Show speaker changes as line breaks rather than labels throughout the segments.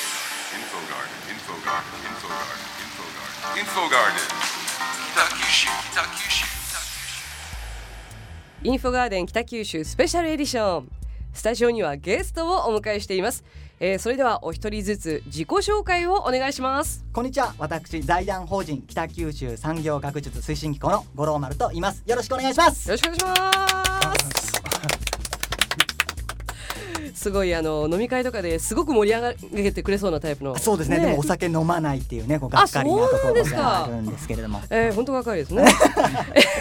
Info Garden. Info Garden. Info Garden. Info Garden. Info Garden. Takushi. Takushi. Takushi.
インフォガーデン北九州スペシャルエディションスタジオにはゲストをお迎えしています、えーそれではお一人ずつ自己紹介をお願いします
こんにちは私財団法人北九州産業学術推進機構の五郎丸と言いますよろしくお願いします
よろしくお願いしますすごいあの飲み会とかですごく盛り上げてくれそうなタイプの
そうですねでもお酒飲まないっていうねこうがっかりなと
そうなん
こ
で
ろ
すか
があるんですけれども
えー、本当がかりです ね、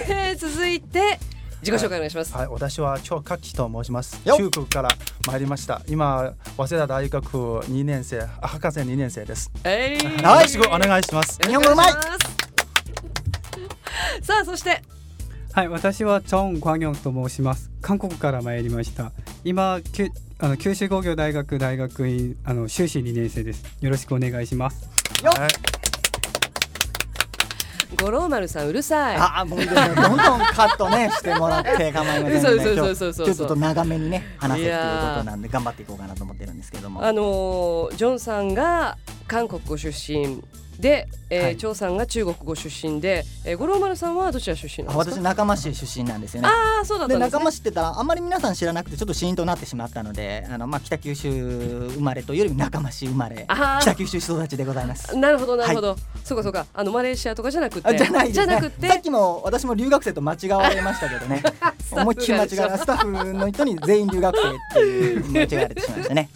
えー続いて自己紹介お願いします、
はい、私は張カキと申します。
よっ
中国から参りました。今、早稲田大学2年生、あ博士2年生です。
えー
よろしくお願いします。
日本語うまい
お願しますさあそして
はい、私はチョン・クァンギョンと申します。韓国から参りました。今、きゅあの九州工業大学大学院あの修士2年生です。よろしくお願いします。
よっ
はい、
五郎丸さんうるさい
あもうねどんどんカットねしてもらって構いませんので
そうそう
今
そうそうそう
日今日ちょっと長めにね話せっていうことなんで頑張っていこうかなと思ってるんですけれども
あのージョンさんが韓国ご出身で、えー
はい
張さんが中国ご出身で、えー、五郎丸さんはどちら出身なんです
私
か
仲間市出身なんですよね
ああそうだった
で
んです
仲
ね
間知ってたらあんまり皆さん知らなくてちょっとシーンとなってしまったのであの、まあ、北九州生まれというよりも仲間市生まれ
あー
北九州育ちでございます。
なるほどなるほど、そうかそうかあのマレーシアとかじゃなく
あ
て
じゃないです、ね、
く
さってきも私も留学生と間違われましたけど ね思いっきり間違えたスタッフの人に全員留学生っていう間違えてしまいました ね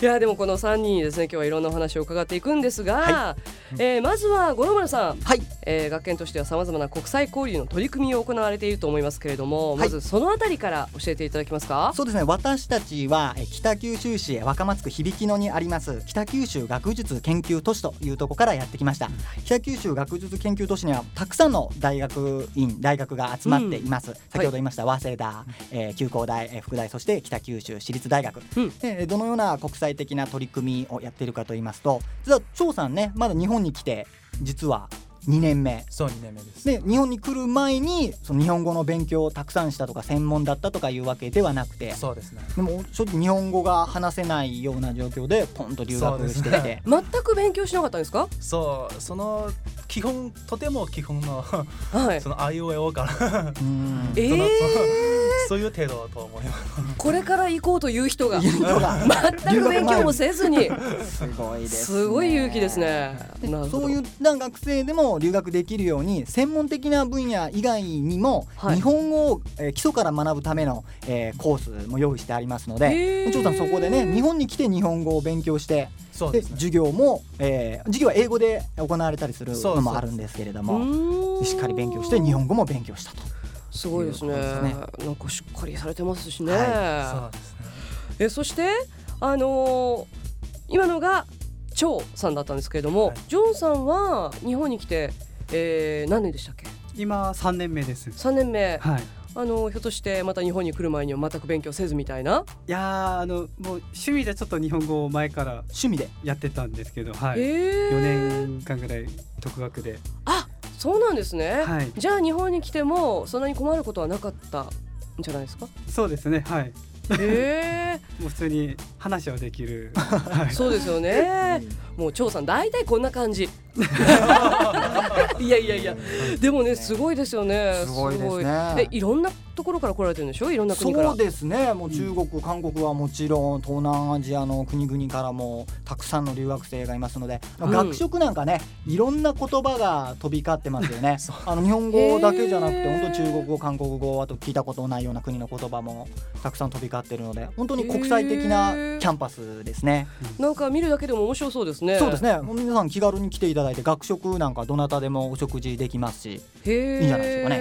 いやでもこの三人にですね今日はいろんなお話を伺っていくんですが、
は
えーまずは五郎丸さん、
はい
えー、学研としてはさまざまな国際交流の取り組みを行われていると思いますけれども、
い
まずそのあたりから教えていただけますか
そうですね私たちはえ北九州市若松区響野にあります北九州学術研究都市というところからやってきました北九州学術研究都市にはたくさんの大学院大学が集まっています、先ほど言いました、早稲田、えー、旧工大、えー、福大そして北九州市立大学、
うん
でどのような国際的な取り組みをやっているかと言いますと実は張さんねまだ日本に来て実は2年目
そう2年目です。
で日本に来る前にその日本語の勉強をたくさんしたとか専門だったとかいうわけではなくて
そうですね。
でも正直日本語が話せないような状況でポンと留
そう
学
です
し
ね
てきて。
全く勉強しなかったんですか
そう、その基本、とても基本の、
はい
その IOL から、
うん
えー、
そういう程度だと思います。
これから行こうという人が全
人が
く勉強もせずに
すごいです、ね、
すごい勇気ですね。
で
なるほど
そういう学生でも留学できるように専門的な分野以外にも
はい
日本語を、えー基礎から学ぶための、えーコースも用意してありますの
へー
で張さんそこでね日本に来て日本語を勉強して
そう
で
ですね。
授業も、えー授業は英語で行われたりする
そう
の
そ
も
う
あるんですけれど
う
も
ーん
しっかり勉強して日本語も勉強したと。
すごいですね
ということです
なんかしっかりされてますしね、
そうですね。
えそしてあのー今のがチョウさんだったんですけれども、
はい
ジョンさんは日本に来て、えー何年でしたっけ
今3年目です。
3年目
はい。
あのーひょっとしてまた日本に来る前には全く勉強せずみたいない
やーあのもう趣味でちょっと日本語を前から
趣味で
やってたんですけど、はい。
え
4
ー
年間ぐらい独学で、
そうなんですね、
はい。
じゃあ日本に来てもそんなに困ることはなかったんじゃないです か
そうですね、はい。
へえ
もう普通に話はできる。はい。
そうですよねもう張さん大体こんな感 じいやいやいやでもねすごいですよね
すごいです
え
ね。
いろんなところから来られてるんでしょいろんな国から
そうですねもう中国、韓国はもちろん東南アジアの国々からもたくさんの留学生がいますので、
うん
学食なんかねいろんな言葉が飛び交ってま すよねあの日本語だけじゃなく
へ
て
ー
本当中国語韓国語あと聞いたことないような国の言葉もたくさん飛び交ってるので本当に国際的なキャンパスですね。
なんか見るだけでも面白そうですね
そうですね。皆さん気軽に来ていただいて学食なんかどなたでもお食事できますし、
へえ
いいんじゃないでしょうかね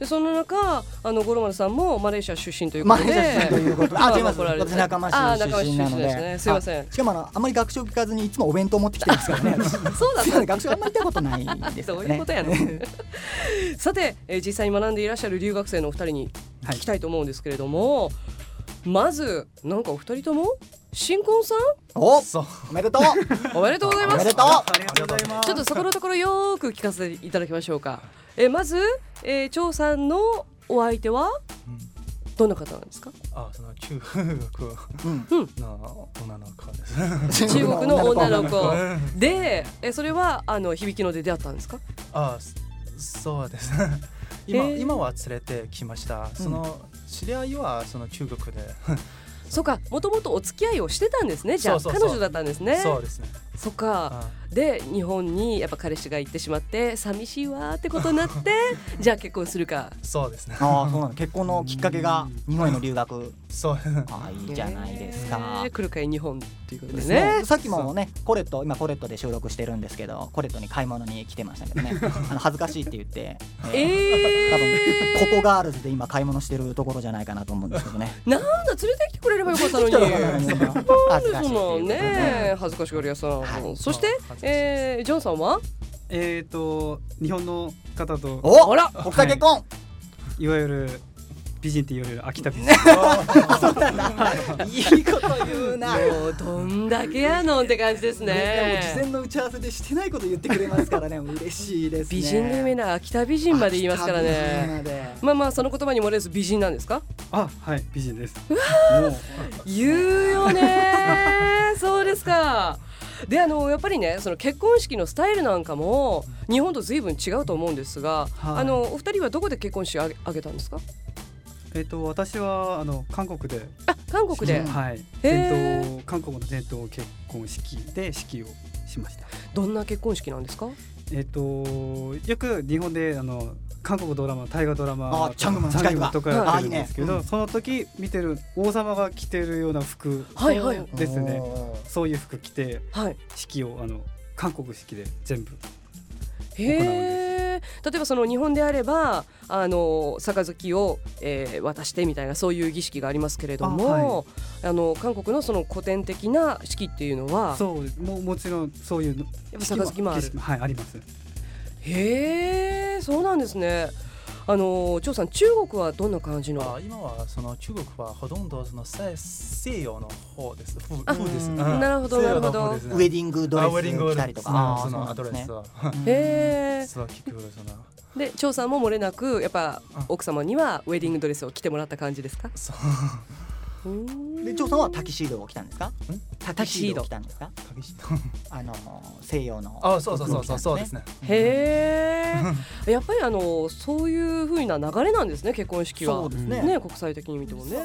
でその中あの五郎丸さんもマレーシア出身というこ
マ
と
ネ
で
ージャーということ。あ、違います。
来られて
私仲間
あー
市
仲間
出
市
身なの
出身
で
ですね。すいません
あしかもあのあまり学食行かずにいつもお弁当持ってきてます からね。私
そうだっ
すいません学食あんまり行ったことないです
そ
よ
う
ね。
いうことやね。 さて、えー実際に学んでいらっしゃる留学生のお二人に聞きたいと思うんですけれども、まずなんかお二人とも新婚さん
お、お
そう。
めでとう。
おめでとうござい
お
ま
め
す。
でとう。
ありがとうございます。
ちょっとそこのところよーく聞かせていただきましょうか。えーまず、えー、張さんのお相手は
うん
どんな方なんですか
あその中国
うん
の女の子です。
中国の女の
女
子でえそれはあの響きの出で会ったんですか
あそそう です今、
へー
今は連れてきましたその、知り合いはその中国で、
そうかもともとお付き合いをしてたんですねじゃあ
そうそうそう
彼女だったんですね
そうですね
そっか
あ
で日本にやっぱ彼氏が行ってしまって寂しいわーってことになってじゃあ結婚するか
そうですね
ああそうなの結婚のきっかけが日本への留学
そう
ああいいじゃないですか
えー。来るかい日本っていうことで
です
ね
ね、さっきもねコレット今コレットで収録してるんですけどコレットに買い物に来てましたけどねあの恥ずかしいって言って、えー多
え
分ココガールズで今買い物してるところじゃないかなと思うんですけ どね
ー、なんだ連れてきてくれればよかったの に
来たのかなみんな恥ずかし
そのね恥ずか
いっていうことで
しがり屋さん、
はい
そして
恥ずかしい、です
えー、ジョンさんは
えっ、と日本の方と
お
あら
国際結婚、
いわゆる美人って言われる秋田美人。
い、いこと言うな
もうどんだけやのんって感じです
ねもう事前
ね
の打ち合わせでしてないこと言ってくれますからね嬉しいですね
美人の夢な秋田美人まで言いますからねまあまあその言葉に漏れず美人なんですか
あはい美人です。もう
言うよねそうですかであのやっぱりねその結婚式のスタイルなんかも日本と随分違うと思うんですが、
はい
あのお二人はどこで結婚式あげあげたんですか
えっ、と私はあの韓国で
あ韓国で
うん
はい
へー
伝統韓国の伝統結婚式で式をしました。
どんな結婚式なんですか
えっ、とよく日本であの韓国ドラマ大河ドラマ
あチャングマン
チ
近いわ
とかやってるんですけど、
あいいね
その時見てる王様が着てるような服
はいはい
ですね。そういう服着て
はい
式をあの韓国式で全部
へえ例えばその日本であればあの杯を、えー渡してみたいなそういう儀式がありますけれどもあ、の韓国のその古典的な式っていうのは
そうももちろんそういうの
やっぱ杯もある
式はいあります
へえそうなんですねあの張さん中国はどんな感じの
あ今はその中国はほとんどその西西洋の方ですふ
あ
風です
うん
あ
なるほど
西洋の方です
ウ
ね
ェディングド
あ
レ
ウェ
ス
ディングド
着
レ
た
ス
りとか
の
あー
その
な
ア
ん
ド
です
レ
ね
スは
へえ
そう聞くその
で張さんも漏れなくやっぱ
うん
奥様にはウェディングドレスを着てもらった感じですか
そう
うーん
で長さんはタキシードを着たんですか
ん
タキシードを着たんですか
鍵し
あの西洋の
あそうそうそうそうそうですね
へえやっぱりあのそういう風な流れなんですね結婚式は
そうですね
ね国際的に見てもね